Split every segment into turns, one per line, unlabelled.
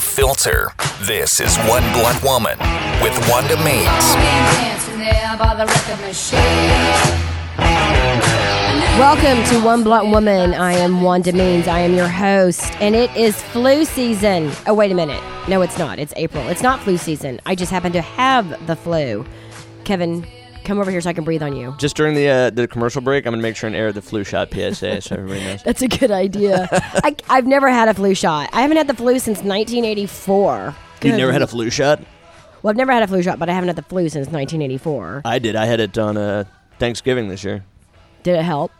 filter. This is One Blunt Woman with Wanda Means.
Welcome to One Blunt Woman. I am Wanda Means. I am your host, and it is flu season. Oh, wait a minute. No, it's not. It's April. It's not flu season. I just happen to have the flu. Kevin, come over here so I can breathe on you.
Just during the uh, the commercial break, I'm gonna make sure and air the flu shot PSA so everybody knows.
That's a good idea. I, I've never had a flu shot. I haven't had the flu since 1984.
You've never had a flu shot?
Well, I've never had a flu shot, but I haven't had the flu since 1984.
I did. I had it on uh, Thanksgiving this year.
Did it help?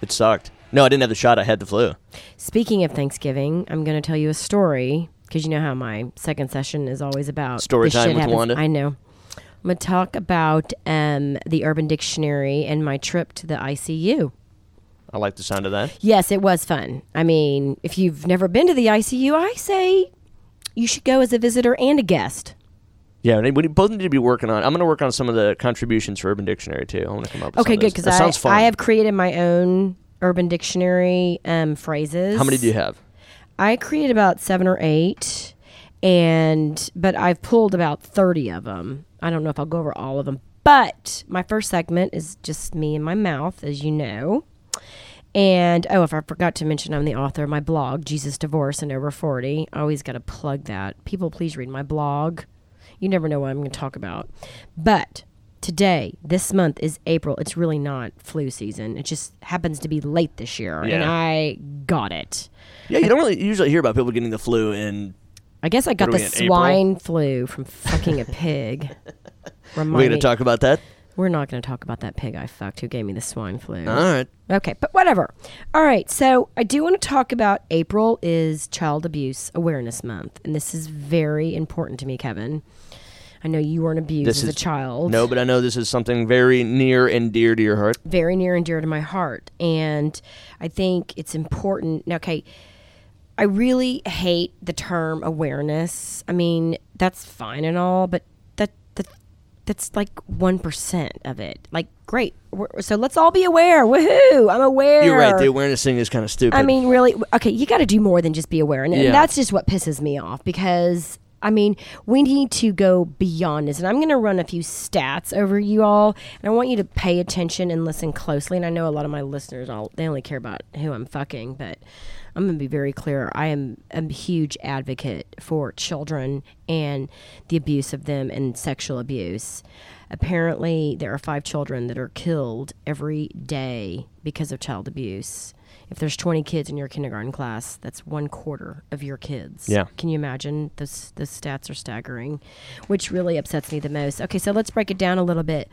It sucked. No, I didn't have the shot. I had the flu.
Speaking of Thanksgiving, I'm going to tell you a story because you know how my second session is always about
Story
this
time
shit
with
happens.
Wanda.
I know. I'm going to talk about um, the Urban Dictionary and my trip to the ICU.
I like the sound of that.
Yes, it was fun. I mean, if you've never been to the ICU, I say you should go as a visitor and a guest.
Yeah, we we both need to be working on. I'm gonna work on some of the contributions for Urban Dictionary too. I want to come up. with
Okay,
some of
good
those.
because
That
I,
sounds fun.
I have created my own Urban Dictionary um, phrases.
How many do you have?
I created about seven or eight, and but I've pulled about thirty of them. I don't know if I'll go over all of them, but my first segment is just me and my mouth, as you know. And oh, if I forgot to mention, I'm the author of my blog, Jesus Divorce and Over Forty. I always got to plug that. People, please read my blog. You never know what I'm going to talk about, but. Today, this month is April. It's really not flu season. It just happens to be late this year, and
Yeah.
I got it.
Yeah, you don't really usually hear about people getting the flu in.
I guess I got
What are
the
we in, April?
swine flu from fucking a pig. Remind
We're gonna
me-
talk about that.
We're not going to talk about that pig I fucked who gave me the swine flu.
All right.
Okay, but whatever. All right, so I do want to talk about April is Child Abuse Awareness Month, and this is very important to me, Kevin. I know you weren't abused
This
as
is
a child.
No, but I know this is something very near and dear to your heart.
very near and dear to my heart. And I think it's important. now, Okay. I really hate the term awareness. I mean, that's fine and all, but that, that that's like 1% of it. Like, great. We're, so let's all be aware. Woohoo. I'm aware.
You're right. The awareness thing is kind of stupid.
I mean, really, okay, you got to do more than just be aware. And, and
Yeah.
that's just what pisses me off because, I mean, we need to go beyond this. And I'm going to run a few stats over you all. And I want you to pay attention and listen closely. And I know a lot of my listeners, all they only care about who I'm fucking, but I'm going to be very clear. I am a huge advocate for children and the abuse of them and sexual abuse. Apparently, there are five children that are killed every day because of child abuse. If there's 20 kids in your kindergarten class, that's one quarter of your kids.
Yeah.
Can you imagine? Those, those stats are staggering, which really upsets me the most. Okay, so let's break it down a little bit.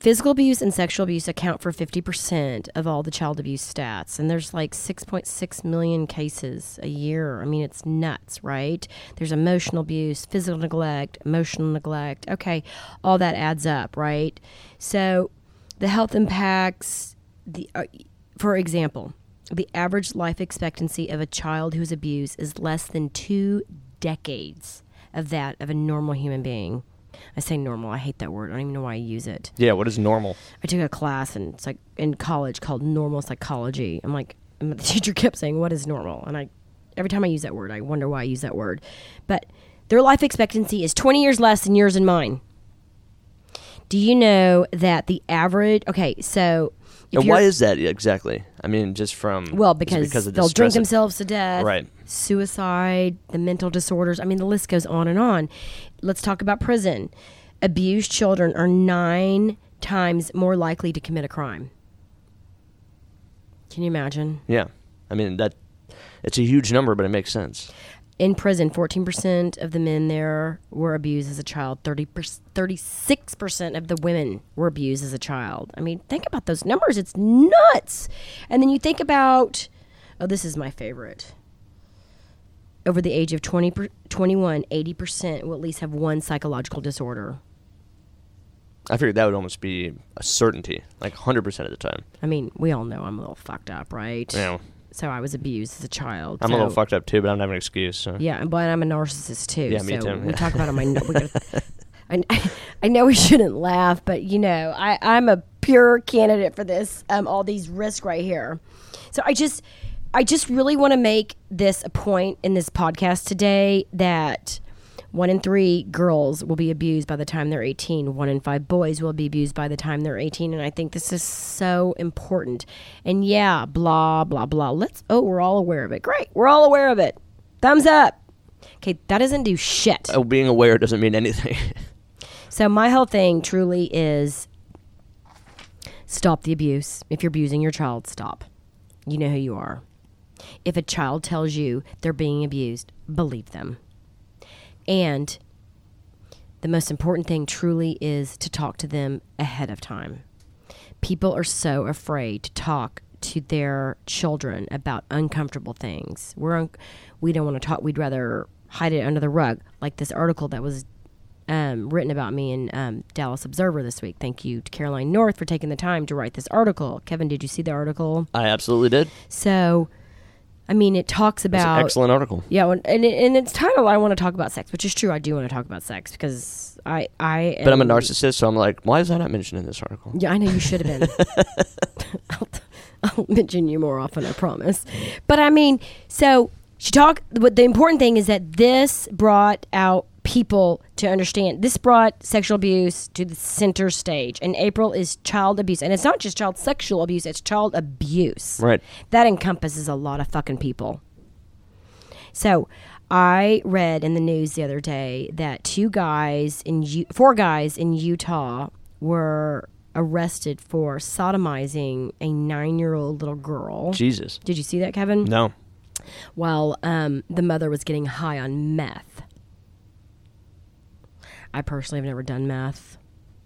Physical abuse and sexual abuse account for 50% of all the child abuse stats, and there's like 6.6 million cases a year. I mean, it's nuts, right? There's emotional abuse, physical neglect, emotional neglect. Okay, all that adds up, right? So, the health impacts, the uh, for example, the average life expectancy of a child who is abused is less than two decades of that of a normal human being. I say normal. I hate that word. I don't even know why I use it.
yeah. What is normal?
I took a class in psych- in college called normal psychology. I'm like, and the teacher kept saying, "What is normal?" And I, every time I use that word, I wonder why I use that word. But their life expectancy is 20 years less than yours and mine. Do you know that the average? Okay, so if
And why
you're-
is that exactly? I mean, just from
well,
is it
because,
because of the
they'll drink
stress of-
themselves to death.
Right.
Suicide, the mental disorders. I mean, the list goes on and on. Let's talk about prison. Abused children are nine times more likely to commit a crime. Can you imagine?
Yeah, I mean that. It's a huge number, but it makes sense.
In prison, 14% of the men there were abused as a child. 30 36% of the women were abused as a child. I mean, think about those numbers. It's nuts. And then you think about, oh, this is my favorite. Over the age of 20, per- 21, 80% will at least have one psychological disorder.
I figured that would almost be a certainty, like 100% of the time.
I mean, we all know I'm a little fucked up, right?
Yeah.
So I was abused as a child.
I'm a little
so-
fucked up too, but I don't have an excuse. So.
Yeah, but I'm a narcissist too.
Yeah, me
so
too.
We talk about it on my. we gotta- I, I know we shouldn't laugh, but you know, I, I'm a pure candidate for this. Um, all these risks right here. So I just, I just really want to make this a point in this podcast today that one in three girls will be abused by the time they're 18. One in five boys will be abused by the time they're 18. And I think this is so important. And yeah, blah, blah, blah. Let's, oh, we're all aware of it. Great. We're all aware of it. Thumbs up. Okay, that doesn't do shit.
Oh, being aware doesn't mean anything.
So my whole thing truly is stop the abuse. If you're abusing your child, stop. You know who you are. If a child tells you they're being abused, believe them. And the most important thing truly is to talk to them ahead of time. People are so afraid to talk to their children about uncomfortable things. We're un- we don't want to talk. We'd rather hide it under the rug, like this article that was um, written about me in um, Dallas Observer this week. Thank you to Caroline North for taking the time to write this article. Kevin, did you see the article?
I absolutely did.
So, I mean, it talks
It's
about
an excellent article.
yeah, and and, it, and it's titled "I Want to Talk About Sex," which is true. I do want to talk about sex because I I.
But I'm a
am-
narcissist, so I'm like, why is that not mentioned in this article?
Yeah, I know you should have been. I'll, I'll mention you more often, I promise. But I mean, so she talked. But the important thing is that this brought out people to understand. This brought sexual abuse to the center stage, and April is child abuse, and it's not just child sexual abuse; it's child abuse.
Right.
That encompasses a lot of fucking people. So I read in the news the other day that two guys in U- four guys in Utah were arrested for sodomizing a nine-year-old little girl.
Jesus.
Did you see that, Kevin?
No.
While um, the mother was getting high on meth. I personally have never done meth.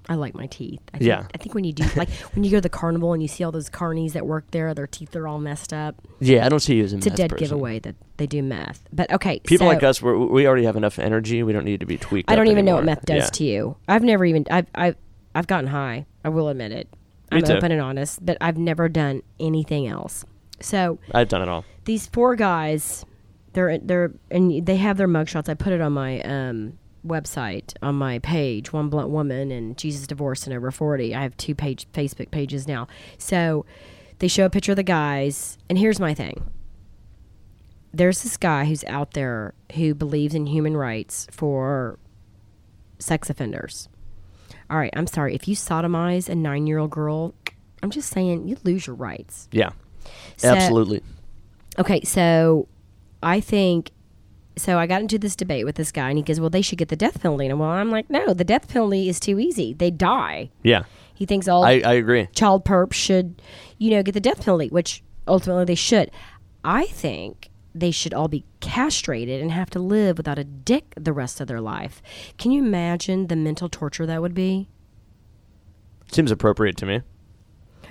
I like my teeth. I think,
Yeah.
I think when you do, like when you go to the carnival and you see all those carnies that work there, their teeth are all messed up.
Yeah, I don't see you as a
It's a dead giveaway that they do meth. But okay,
People
so-
like us, we're, we already have enough energy. We don't need to be tweaked.
I don't
up
even know what
anymore.
meth does
Yeah.
to you. I've never even I've I've, I've gotten high. I will admit it.
Me
I'm
too.
open and honest, but I've never done anything else. So
I've done it all.
these four guys, they're they're and they have their mugshots. I put it on my um, website on my page, one blunt woman and Jesus divorced and over forty. I have two page Facebook pages now. So they show a picture of the guys, and here's my thing. There's this guy who's out there who believes in human rights for sex offenders. All right, I'm sorry. If you sodomize a nine year old girl, I'm just saying you lose your rights.
Yeah,
So-
absolutely.
Okay, so I think so I got into this debate with this guy and he goes, "Well, they should get the death penalty." And well, I'm like, "No, the death penalty is too easy. They die."
Yeah,
He thinks all
I, I agree.
child perps should, you know, get the death penalty, which ultimately they should. I think they should all be castrated and have to live without a dick the rest of their life. Can you imagine the mental torture that would be?
Seems appropriate to me.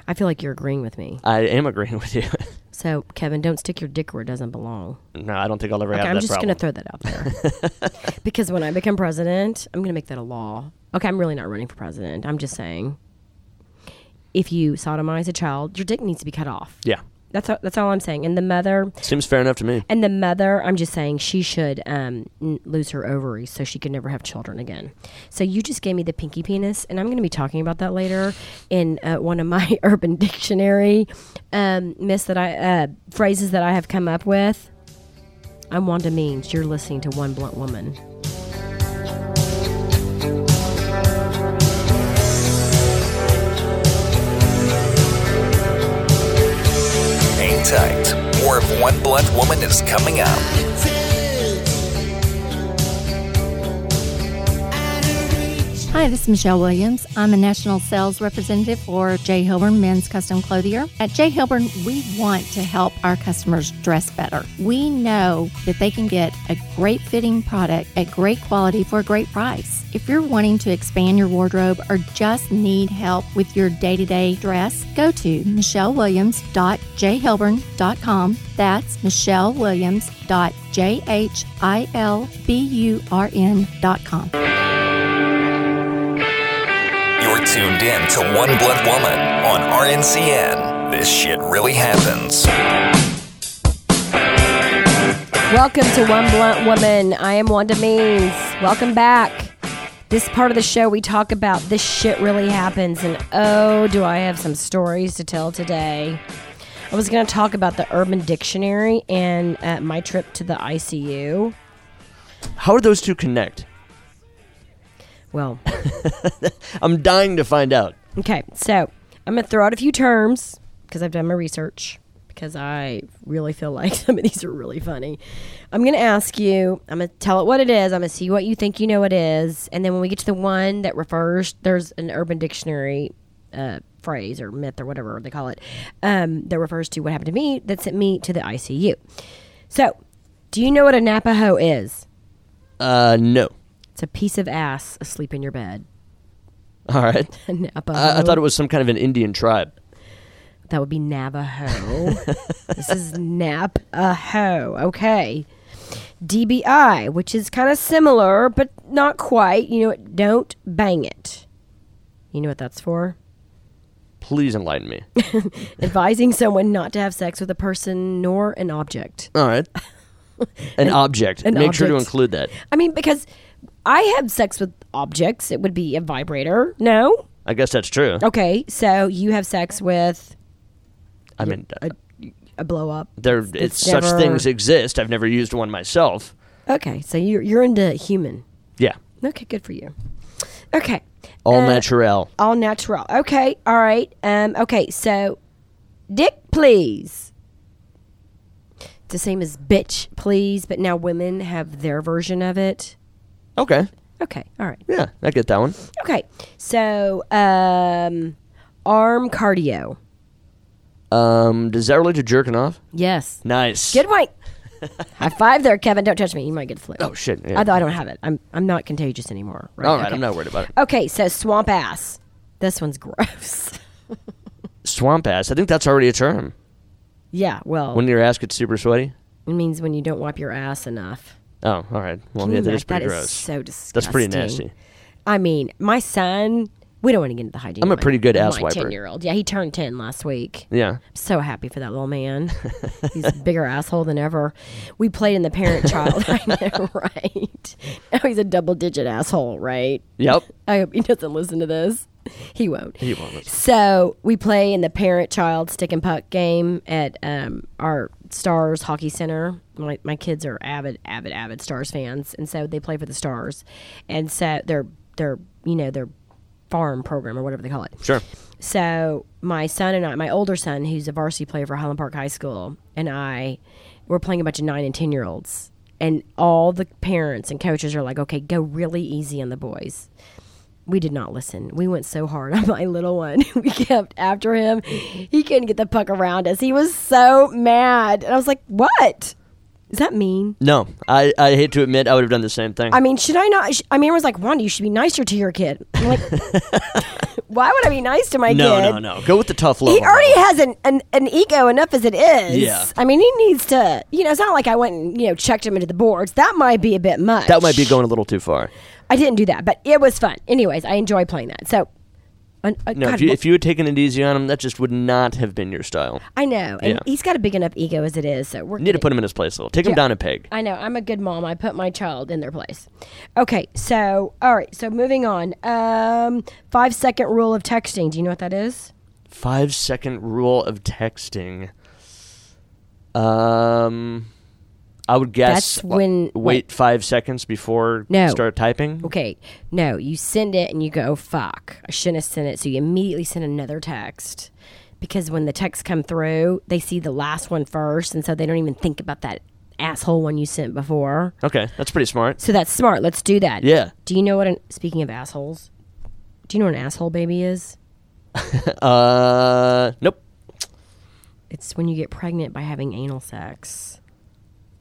I feel like you're agreeing with me.
I am agreeing with you.
So, Kevin, don't stick your dick where it doesn't belong.
no, I don't think I'll ever
Okay,
have
I'm
that
just
problem.
going to throw that out there. because when I become president, I'm going to make that a law. Okay, I'm really not running for president. I'm just saying if you sodomize a child, your dick needs to be cut off.
yeah,
That's all, that's all I'm saying. And the mother
seems fair enough to me.
and the mother, I'm just saying she should um, n- lose her ovaries so she could never have children again. So you just gave me the pinky penis, and I'm going to be talking about that later in uh, one of my Urban Dictionary um, myths that I uh, phrases that I have come up with. I'm Wanda Means. You're listening to One Blunt Woman.
Hang tight. More of One Blunt Woman is coming up.
Hi, this is Michelle Williams. I'm a national sales representative for J. Hilburn Men's Custom Clothier. At J. Hilburn, we want to help our customers dress better. We know that they can get a great fitting product at great quality for a great price. If you're wanting to expand your wardrobe or just need help with your day to day dress, go to michellewilliams.jhilburn.com. That's michellewilliams.jhilburn.com.
You're tuned in to One Blunt Woman on RNCN. This shit really happens.
Welcome to One Blunt Woman. I am Wanda Means. Welcome back. This part of the show, we talk about this shit really happens, and oh, do I have some stories to tell today. I was going to talk about the Urban Dictionary and uh, my trip to the ICU.
How are those two connect?
Well,
I'm dying to find out.
okay, so I'm going to throw out a few terms because I've done my research because I really feel like some of these are really funny. I'm going to ask you, I'm going to tell it what it is, I'm going to see what you think you know it is, and then when we get to the one that refers, there's an Urban Dictionary uh, phrase or myth or whatever they call it um, that refers to what happened to me that sent me to the ICU. So, do you know what a Navajo is?
Uh, no.
It's a piece of ass asleep in your bed.
All right.
Navajo.
I, I thought it was some kind of an Indian tribe.
that would be Navajo. this is Nap a Ho. Okay. DBI, which is kind of similar, but not quite. You know what? Don't bang it. You know what that's for?
Please enlighten me.
Advising someone not to have sex with a person nor an object.
All right. An, object.
an
Make sure to
object.
include that.
I mean, because I have sex with objects, it would be a vibrator. No?
I guess that's true.
Okay, so you have sex with
I mean, uh,
a blow up.
there
It's-
it's
it's
such
never-
things exist. I've never used one myself.
Okay, so you're, you're into human.
Yeah.
Okay, good for you. Okay.
All
Uh,
natural.
All natural. Okay. All right. Um, okay. So, dick, please. It's the same as bitch, please, but now women have their version of it.
Okay.
Okay. All right.
Yeah, I get that one.
Okay. So, um, arm cardio.
Um, does that relate to jerking off?
Yes.
Nice.
Good point. High five there, Kevin. Don't touch me. You might get flu.
oh shit. Yeah.
I, I don't have it. I'm I'm not contagious anymore. Right.
All right,
Okay.
I'm not worried about it.
Okay. So swamp ass. This one's gross.
Swamp ass. I think that's already a term.
yeah. Well,
When your ass gets super sweaty.
it means when you don't wipe your ass enough.
Oh, all right. Well,
Can
yeah,
you
that is
imagine-
pretty
that
gross.
is so disgusting.
that's pretty nasty.
I mean, my son. We don't want to get into the hygiene.
I'm a
of my-
pretty good
of
ass
my
wiper.
Ten-year-old. Yeah, he turned ten last week.
Yeah.
I'm so happy for that little man. He's a bigger asshole than ever. We played in the parent-child. I know, right? Now he's a double-digit asshole, right?
Yep.
I hope he doesn't listen to this. He won't.
He won't.
So we play in the parent-child stick and puck game at um, our Stars Hockey Center. My, my kids are avid, avid, avid Stars fans, and so they play for the Stars, and so their their you know their farm program or whatever they call it.
Sure.
So my son and I, my older son, who's a varsity player for Highland Park High School, and I, we're playing a bunch of nine and ten year olds, and all the parents and coaches are like, "Okay, go really easy on the boys." We did not listen. We went so hard on my little one. We kept after him. He couldn't get the puck around us. He was so mad, and I was like, "What? Is that mean?"
No, I, I hate to admit I would have done the same thing.
I mean, should I not? sh- I mean, everyone's like, "Wanda, you should be nicer to your kid." I'm like, "Why would I be nice to my
no,
kid?"
no, no. Go with the tough love.
He already has an, an, an ego enough as it is.
Yeah.
I mean, he needs to, you know, it's not like I went and, you know, checked him into the boards. That might be a bit much.
that might be going a little too far.
I didn't do that, but it was fun. Anyways, I enjoy playing that. So, an- uh,
No,
God,
if you,
wha-
if you had taken it easy on him, that just would not have been your style.
I know. And
Yeah.
he's got a big enough ego as it is. So we're
You need to
gonna-
put him in his place a little. Take him
Yeah.
down a peg.
I know. I'm a good mom. I put my child in their place. Okay. So, all right. So moving on. Um, five second rule of texting. Do you know what that is?
Five second rule of texting. Um, I would guess
That's when-
wait five seconds before
No.
you start typing.
Okay, no, you send it and you go, fuck, I shouldn't have sent it. So you immediately send another text because when the texts come through, they see the last one first. And so they don't even think about that asshole one you sent before.
Okay, that's pretty smart.
So that's smart. Let's do that.
Yeah.
Do you know what an, speaking of assholes, do you know what an asshole baby is?
Uh, nope,
It's when you get pregnant by having anal sex.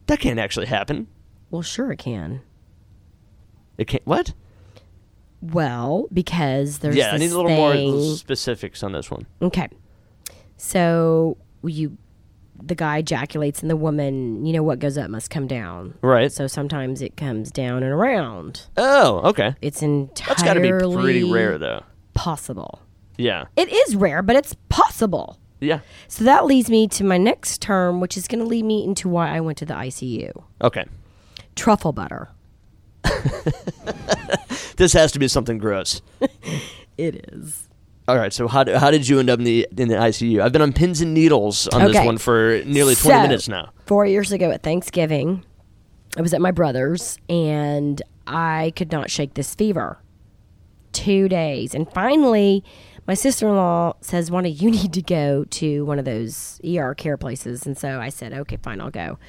that can't actually happen.
Well, sure it can.
It can't. What?
Well, because there's
yeah, I
this
need a little
thing,
more little specifics on this one.
Okay. So you the guy ejaculates and the woman, you know what goes up must come down.
Right.
So sometimes it comes down and around.
Oh, okay.
It's entirely
That's got to be pretty rare, though.
Possible.
Yeah.
It is rare, but it's possible.
Yeah.
So that leads me to my next term, which is going to lead me into why I went to the ICU.
Okay.
Truffle butter.
This has to be something gross.
It is.
All right, so how, do, how did you end up in the in the ICU? I've been on pins and needles on this
Okay.
one for nearly
So,
20 minutes now.
Four years ago at Thanksgiving, I was at my brother's and I could not shake this fever. Two days. And finally, my sister in law says, Wanda, you need to go to one of those ER care places. And so I said, okay, fine, I'll go.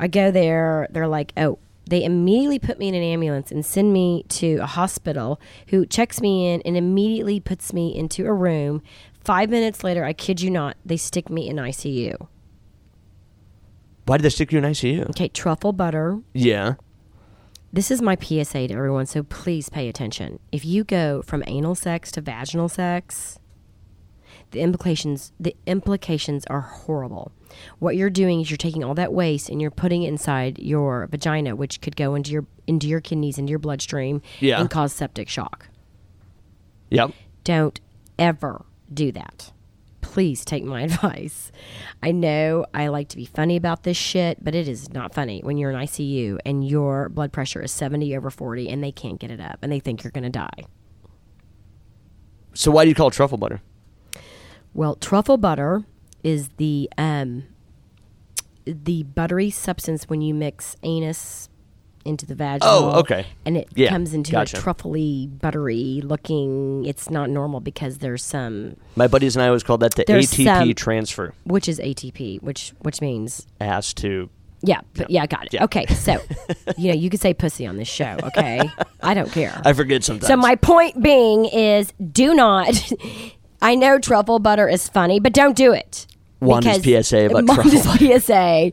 I go there. They're like, oh, they immediately put me in an ambulance and send me to a hospital who checks me in and immediately puts me into a room. Five minutes later, I kid you not, they stick me in ICU.
Why did they stick you in ICU?
Okay, truffle butter.
Yeah.
This is my PSA to everyone, so please pay attention. If you go from anal sex to vaginal sex, the implications the implications are horrible. What you're doing is you're taking all that waste and you're putting it inside your vagina, which could go into your into your kidneys, into your bloodstream,
Yeah.
and cause septic shock.
Yep.
Don't ever do that. Please take my advice. I know I like to be funny about this shit, but it is not funny when you're in ICU and your blood pressure is 70 over 40 and they can't get it up and they think you're going to die.
So why do you call it truffle butter?
Well, truffle butter is the um, the buttery substance when you mix anus into the vaginal.
Oh, okay.
And it
Yeah,
comes into
gotcha.
a truffly, buttery looking. It's not normal because there's some
My buddies and I always called that the
There's
ATP
some-
transfer.
which is ATP, which which means
Ass to
yeah, but yeah, I got it.
Yeah.
Okay, so you know you could say pussy on this show. Okay, I don't care.
I forget sometimes.
so my point being is, do not. I know truffle butter is funny, but don't do it.
Wanda's
Because-
PSA about
Wanda's
truffle butter.
PSA.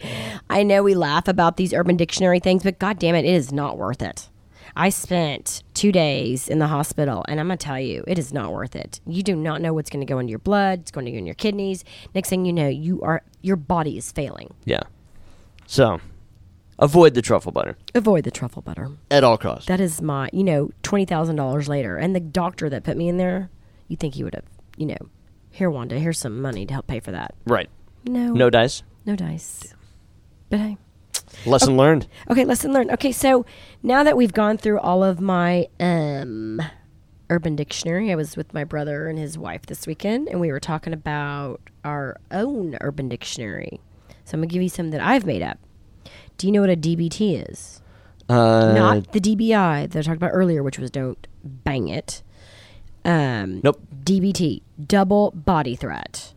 I know we laugh about these Urban Dictionary things, but god damn it, it is not worth it. I spent two days in the hospital, and I'm gonna tell you, it is not worth it. You do not know what's gonna go into your blood, it's gonna go in your kidneys. Next thing you know, you are your body is failing.
Yeah. So avoid the truffle butter
Avoid the truffle butter.
at all costs.
That is my, you know, twenty thousand dollars later, and the doctor that put me in there, you think he would have, you know, here Wanda, here's some money to help pay for that.
right.
No,
No dice.
no dice. But hey.
Lesson learned.
Okay, lesson learned. Okay, so now that we've gone through all of my um, Urban Dictionary, I was with my brother and his wife this weekend, and we were talking about our own Urban Dictionary. So I'm gonna give you some that I've made up. Do you know what a DBT is?
Uh,
Not the DBI that I talked about earlier, which was don't bang it. Um,
Nope.
DBT, double body threat.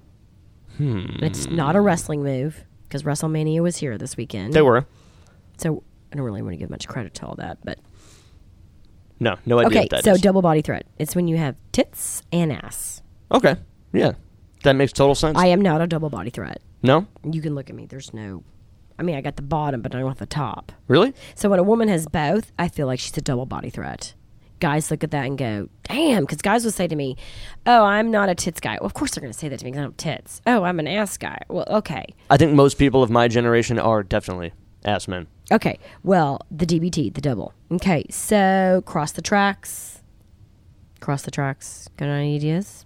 Hmm. It's not a wrestling move because WrestleMania was here this weekend.
They were.
So I don't really want to give much credit to all that, but
No. No idea
okay.
what that
So
is.
double body threat. It's when you have tits and ass.
okay. Yeah. That makes total sense.
I am not a double body threat.
no.
You can look at me. There's no. I mean, I got the bottom, but I don't have the top.
Really?
So when a woman has both, I feel like she's a double body threat. Guys look at that and go, damn, because guys will say to me, oh, I'm not a tits guy. Well, of course they're going to say that to me because I don't have tits. Oh, I'm an ass guy. Well, okay.
I think most people of my generation are definitely ass men.
Okay. Well, the DBT, the double. Okay. So cross the tracks. Cross the tracks. Got any ideas?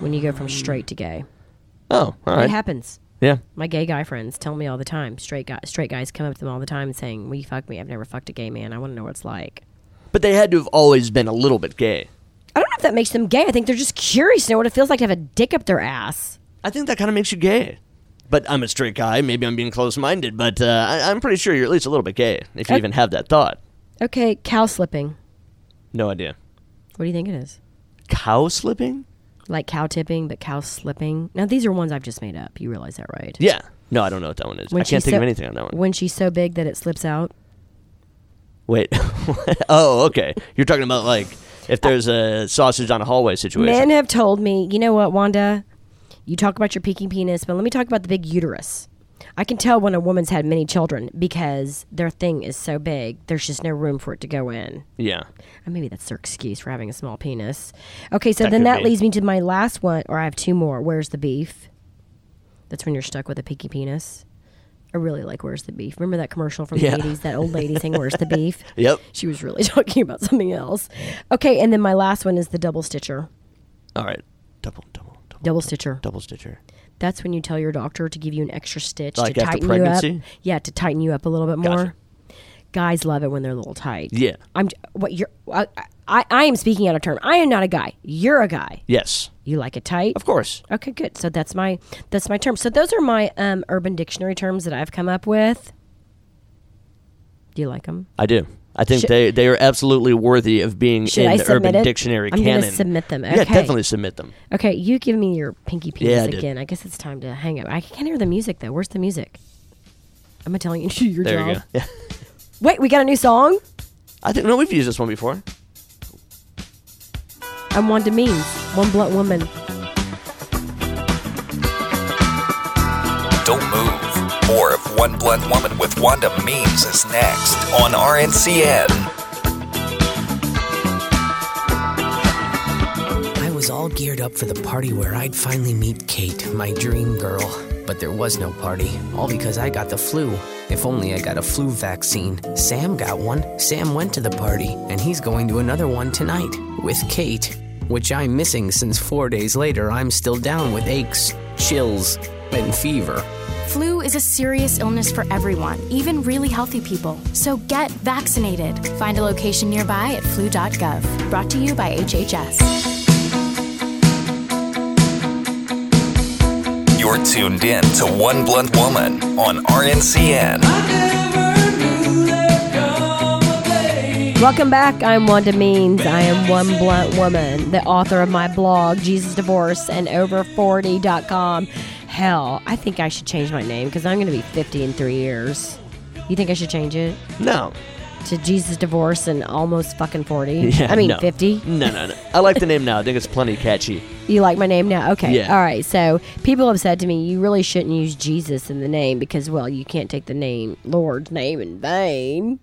when you go from straight to gay,
Oh, all
it
right.
happens.
yeah.
My gay guy friends tell me all the time. Straight guy, straight guys come up to them all the time saying, "Will you fuck me? I've never fucked a gay man. I want to know what it's like."
But they had to have always been a little bit gay.
I don't know if that makes them gay. I think they're just curious to know what it feels like to have a dick up their ass.
I think that kind of makes you gay. But I'm a straight guy. Maybe I'm being close minded, but uh, I, I'm pretty sure you're at least a little bit gay if you
I-
even have that thought.
Okay, cow slipping.
No idea.
What do you think it is?
Cow slipping?
Like cow tipping, but cow slipping. Now these are ones I've just made up. You realize that, right?
Yeah. No, I don't know what that one is. I can't
she's
think
so-
of anything on that one.
When she's so big that it slips out.
Wait. oh, okay. You're talking about like if there's a sausage on a hallway situation.
Men have told me, you know what, Wanda? You talk about your peaking penis, but let me talk about the big uterus. I can tell when a woman's had many children because their thing is so big, there's just no room for it to go in.
yeah.
And maybe that's their excuse for having a small penis. Okay, so
That
then
could
that
be.
leads me to my last one, or I have two more. Where's the beef? That's when you're stuck with a peaky penis. I really like Where's the Beef. Remember that commercial from
Yeah.
the 80s, that old lady saying, Where's the beef?
Yep.
She was really talking about something else. Okay, and then my last one is the double stitcher.
All right. Double, double, double,
Double stitcher.
double stitcher.
That's when you tell your doctor to give you an extra stitch
Like
to
after
tighten you
pregnancy?
up. Yeah, to tighten you up a little bit more.
Gotcha.
Guys love it when they're a little tight.
Yeah.
I'm j- what you're. I, I- I, I am speaking out of turn. I am not a guy. You're a guy.
Yes,
You like it tight?
of course.
Okay, good. So that's my that's my term. So those are my um, urban dictionary terms that I've come up with. Do you like them?
I do. I think
Should-
they, they are absolutely worthy of being
Should
in
I
the
submit
Urban
it?
Dictionary
I'm gonna
canon.
submit them.
Yeah,
Okay.
definitely submit them.
Okay, you give me your pinky penis
Yeah, I did.
again. I guess it's time to hang up. I can't hear the music though. Where's the music? I'm telling you to do your
There
job.
you go. Yeah.
Wait, we got a new song.
I think no, we've used this one before.
I'm Wanda Means, one blunt woman.
Don't move. More of One Blunt Woman with Wanda Memes is next on RNCN.
I was all geared up for the party where I'd finally meet Kate, my dream girl. But there was no party, all because I got the flu. If only I got a flu vaccine. Sam got one. Sam went to the party, and he's going to another one tonight with Kate, which I'm missing since four days later I'm still down with aches, chills, and fever.
Flu is a serious illness for everyone, even really healthy people. So get vaccinated. Find a location nearby at flu.gov. Brought to you by HHS.
You're tuned in to One Blunt Woman on RNCN.
Welcome back. I'm Wanda Means. I am one blunt woman, the author of my blog, Jesus Divorce and Over40.com. Hell, I think I should change my name because I'm going to be 50 in three years. You think I should change it
No.
to Jesus Divorce and Almost Fucking 40?
Yeah,
I mean,
no. Mm.
50?
No, no, no. I like the name now. I think it's plenty catchy.
You like my name now? Okay.
Yeah.
All right. So people have said to me, you really shouldn't use Jesus in the name because, well, you can't take the name, Lord's name in vain.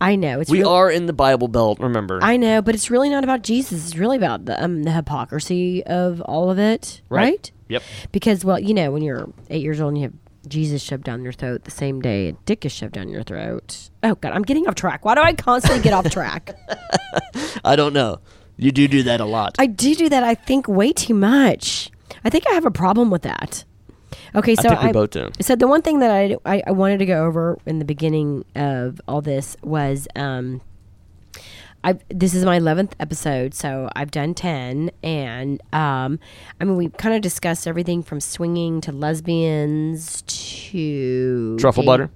I know. It's
We
real-
are in the Bible Belt, remember?
I know, but it's really not about Jesus. It's really about the um, the hypocrisy of all of it, right?
Yep.
Because, well, you know, when you're eight years old and you have Jesus shoved down your throat the same day a dick is shoved down your throat. Oh God, I'm getting off track. Why do I constantly get off track?
I don't know. You do do that a lot.
I do do that. I think way too much. I think I have a problem with that. Okay, so
think we both do.
So the one thing that I, I I wanted to go over in the beginning of all this was um, I this is my eleventh episode, so I've done ten, and um, I mean we kind of discussed everything from swinging to lesbians to
Truffle butter?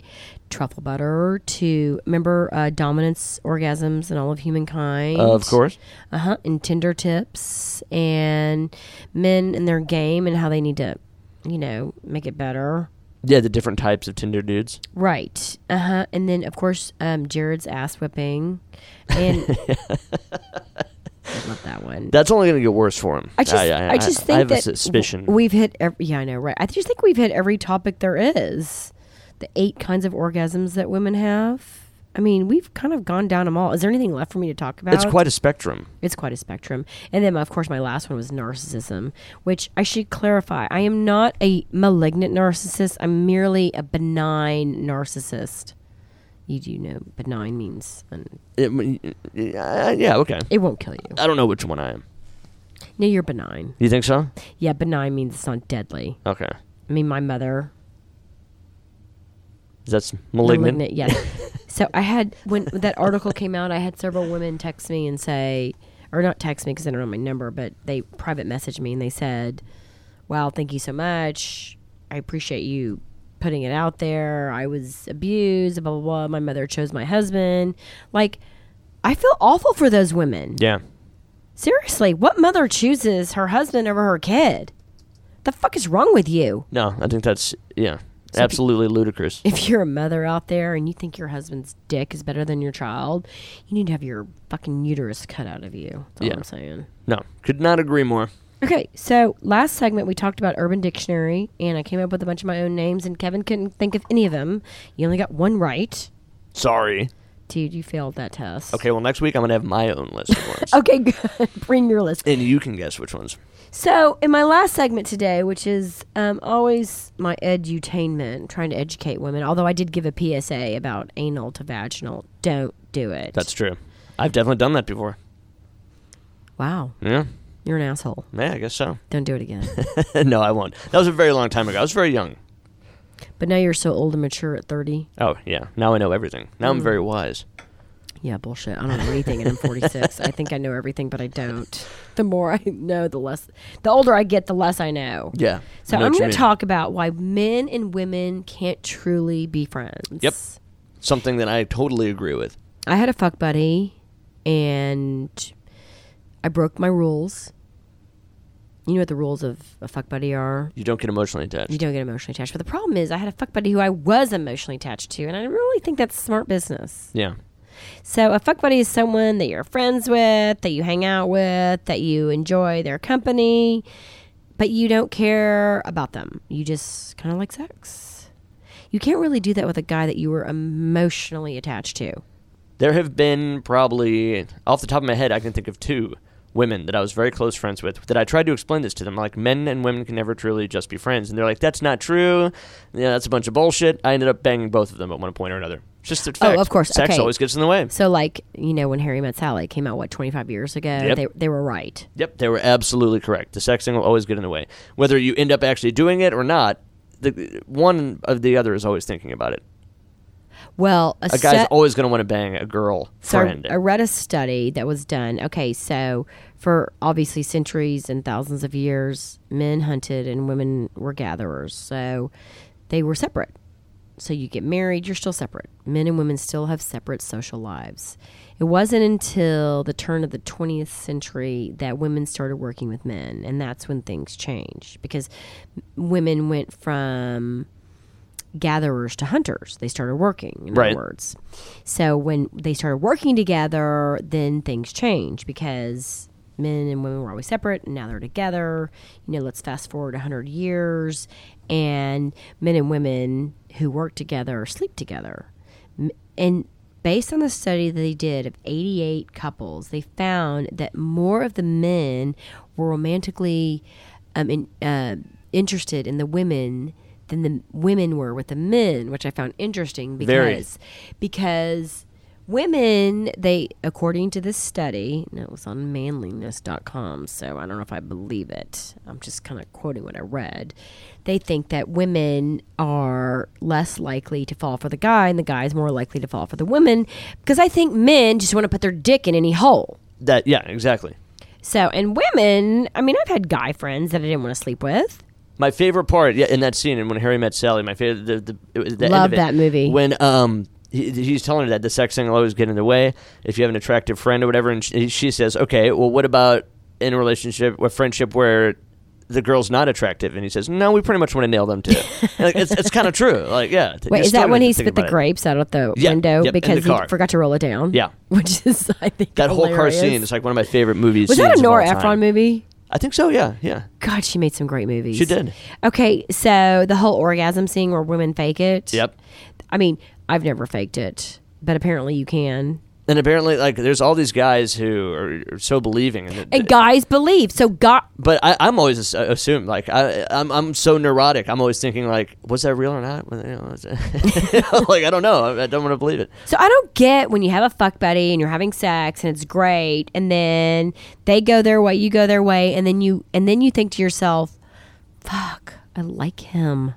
truffle butter to remember uh, dominance, orgasms, and all of humankind.
of course.
Uh huh. And Tinder tips and men and their game and how they need to, you know, make it better.
Yeah, the different types of Tinder dudes.
Right. Uh huh. And then, of course, um, Jared's ass whipping. And I love that one.
That's only going to get worse for him.
I just, I, just think
I have
that
a suspicion.
w- we've hit. Every, yeah, I know, right? I just think we've hit every topic there is. The eight kinds of orgasms that women have. I mean, we've kind of gone down them all. Is there anything left for me to talk about?
it's quite a spectrum.
It's quite a spectrum. And then, of course, my last one was narcissism, which I should clarify. I am not a malignant narcissist. I'm merely a benign narcissist. You do know benign means um,
It- uh, yeah, okay.
it won't kill you.
I don't know which one I am.
No, you're benign.
You think so?
Yeah, benign means it's not deadly.
Okay.
I mean, my mother
That's malignant.
Malignant, yes. so I had when that article came out, I had several women text me and say, or not text me because I don't know my number, but they private messaged me and they said, "Wow, thank you so much. I appreciate you." Putting it out there, I was abused. Blah blah blah. My mother chose my husband. Like, I feel awful for those women.
Yeah.
Seriously, what mother chooses her husband over her kid? The fuck is wrong with you?
No, I think that's, yeah, absolutely ludicrous.
if you're a mother out there and you think your husband's dick is better than your child, you need to have your fucking uterus cut out of you. That's all
Yeah.
I'm saying.
No, could not agree more.
Okay, so last segment we talked about Urban Dictionary, and I came up with a bunch of my own names, and Kevin couldn't think of any of them. You only got one right.
Sorry.
Dude, you failed that test.
Okay, well, next week I'm going to have my own list of ones.
Okay, good. Bring your list.
And you can guess which ones.
So, in my last segment today, which is um, always my edutainment, trying to educate women, although I did give a PSA about anal to vaginal, don't do it.
That's true. I've definitely done that before.
Wow.
Yeah.
You're an asshole.
Yeah, I guess so.
Don't do it again.
no, I won't. That was a very long time ago. I was very young.
but now you're so old and mature at 30. Mm.
Oh, yeah. Now I know everything. Now I'm very wise.
Yeah, bullshit. I don't know anything, and I'm 46. I think I know everything, but I don't. The more I know, the less. The older I get, the less I know.
Yeah.
So
I know
I'm
what you
going
mean.
to talk about why men and women can't truly be friends.
Yep. Something that I totally agree with.
I had a fuck buddy, and I broke my rules. You know what the rules of a fuck buddy are?
You don't get emotionally
You
attached.
don't get emotionally attached. But the problem is, I had a fuck buddy who I was emotionally attached to, and I really think that's smart business.
Yeah.
So a fuck buddy is someone that you're friends with, that you hang out with, that you enjoy their company, but you don't care about them. You just kind of like sex. You can't really do that with a guy that you were emotionally attached to.
There have been probably, off the top of my head, I can think of two women that I was very close friends with that I tried to explain this to them. Like, men and women can never truly just be friends. And they're like, that's not true. Yeah, that's a bunch of bullshit. I ended up banging both of them at one point or another. It's just a fact.
Oh, of course.
Sex
Okay.
always gets in the way.
So like, you know, when Harry Met Sally came out what 25 years ago,
Yep.
they they were right.
Yep, they were absolutely correct. The sex thing will always get in the way. Whether you end up actually doing it or not, the one of the other is always thinking about it.
Well, a,
A guy's
set-
always going to want to bang a girl
So I-
friend.
I read a study that was done. Okay, so for obviously centuries and thousands of years, men hunted and women were gatherers. So they were separate. So you get married, you're still separate. Men and women still have separate social lives. It wasn't until the turn of the 20th century that women started working with men, and that's when things changed because m- women went from gatherers to hunters. They started working, in
Right.
other words. So when they started working together, then things changed because men and women were always separate, and now they're together. You know, let's fast forward 100 years, and men and women who work together sleep together. M- And based on the study that they did of 88 couples, they found that more of the men were romantically um, in, uh, interested in the women than the women were with the men, which I found interesting
Very.
because because women they according to this study and it was on manliness.com so i don't know if i believe it i'm just kind of quoting what i read they think that women are less likely to fall for the guy and the guy is more likely to fall for the women because i think men just want to put their dick in any hole
that yeah, exactly.
so and women i mean i've had guy friends that i didn't want to sleep with
My favorite part, yeah, in that scene, and when Harry met Sally, my favorite, the, the, it was the end
Love
of it.
that movie.
When um, he, he's telling her that the sex thing will always get in the way if you have an attractive friend or whatever, and she, she says, "Okay, well, what about in a relationship, a friendship where the girl's not attractive?" And he says, "No, we pretty much want to nail them too." like, it's it's kind of true. Like, yeah.
Wait,
you're
is that
starting
when
to
he
think
spit the
about it.
grapes out of the
Yeah,
window
yep, in
because
the
he
car.
forgot to roll it down?
Yeah.
which is I think
That whole car
hilarious.
scene is like one of my favorite movies.
Was that a
scenes of
Nora
all time.
Ephron movie?
I think so. Yeah, yeah.
God, she made some great movies.
She did.
Okay, so the whole orgasm scene where women fake it.
Yep.
I mean, I've never faked it, but apparently you can.
And apparently, like, there's all these guys who are, are so believing, and,
And guys believe. So God,
but I, I'm always ass- assumed like I, I'm I'm so neurotic. I'm always thinking like, was that real or not? Was- you know, was that- like I don't know. I, I don't want to believe it.
So I don't get when you have a fuck buddy and you're having sex and it's great and then they go their way, you go their way and then you and then you think to yourself, fuck, I like him.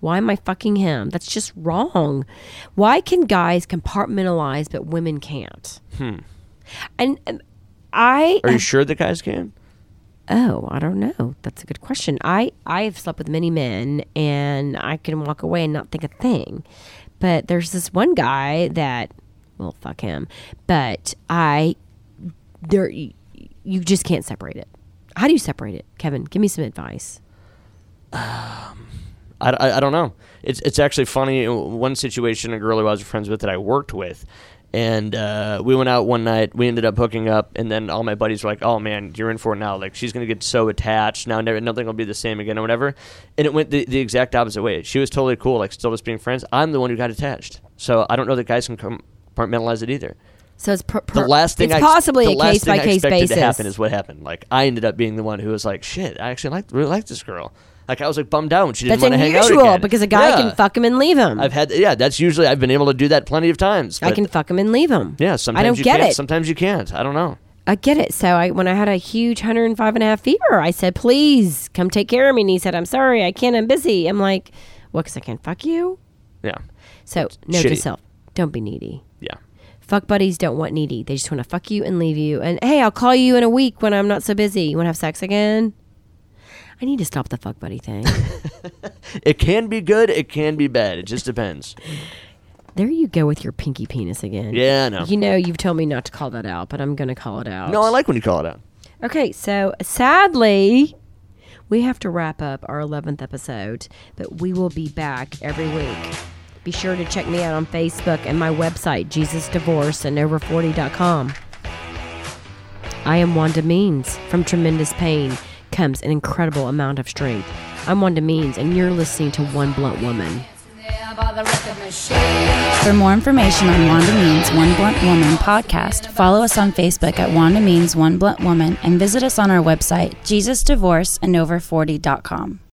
Why am I fucking him? That's just wrong. Why can guys compartmentalize but women can't? Hmm. And, and I
Are you sure the guys can?
Oh, I don't know. That's a good question. I I have slept with many men, and I can walk away and not think a thing. But there's this one guy that, well, fuck him. But I, there, y- you just can't separate it. How do you separate it, Kevin? Give me some advice.
I, I, I don't know. It's it's actually funny. uh, One situation, a girl who I was friends with that I worked with, and uh, we went out one night. We ended up hooking up, and then all my buddies were like, "Oh man, you're in for it now. Like she's gonna get so attached now. Never, nothing will be the same again, or whatever." And it went the, the exact opposite way. She was totally cool, like still just being friends. I'm the one who got attached, so I don't know that guys can compartmentalize it either.
So it's per, per,
The last thing
it's
I,
possibly
the
a
last
case
thing
by
I
case
expected
basis.
to happen is what happened. Like I ended up being the one who was like, "Shit, I actually like really like this girl." Like I was like bummed out when she didn't
That's
want to hang out
unusual
again.
because a guy
Yeah.
can fuck him and leave him.
I've had yeah. That's usually I've been able to do that plenty of times.
I
but-
can fuck him and leave him.
yeah. Sometimes
I don't
you
get
can't,
it.
Sometimes you can't. I don't know.
I get it. So I, when I had a huge 105 and a half fever, I said, please come take care of me. And he said, I'm sorry, I can't, I'm busy. I'm like, what, because I can't fuck you?
Yeah.
So note
shitty.
to self, don't be needy.
Yeah.
Fuck buddies don't want needy. They just want to fuck you and leave you. And hey, I'll call you in a week when I'm not so busy. You want to have sex again? I need to stop the fuck buddy thing.
It can be good, it can be bad. It just depends.
there you go with your pinky penis again.
Yeah, I know.
You know, you've told me not to call that out, but I'm going to call it out.
No, I like when you call it out.
Okay, so sadly, we have to wrap up our 11th episode, but we will be back every week. Be sure to check me out on Facebook and my website, JesusDivorceAndOver40.com. I am Wanda Means. From tremendous pain comes an incredible amount of strength. I'm Wanda Means, and you're listening to One Blunt Woman.
For more information on Wanda Means One Blunt Woman podcast, follow us on Facebook at Wanda Means One Blunt Woman and visit us on our website, JesusDivorceAndOver40.com.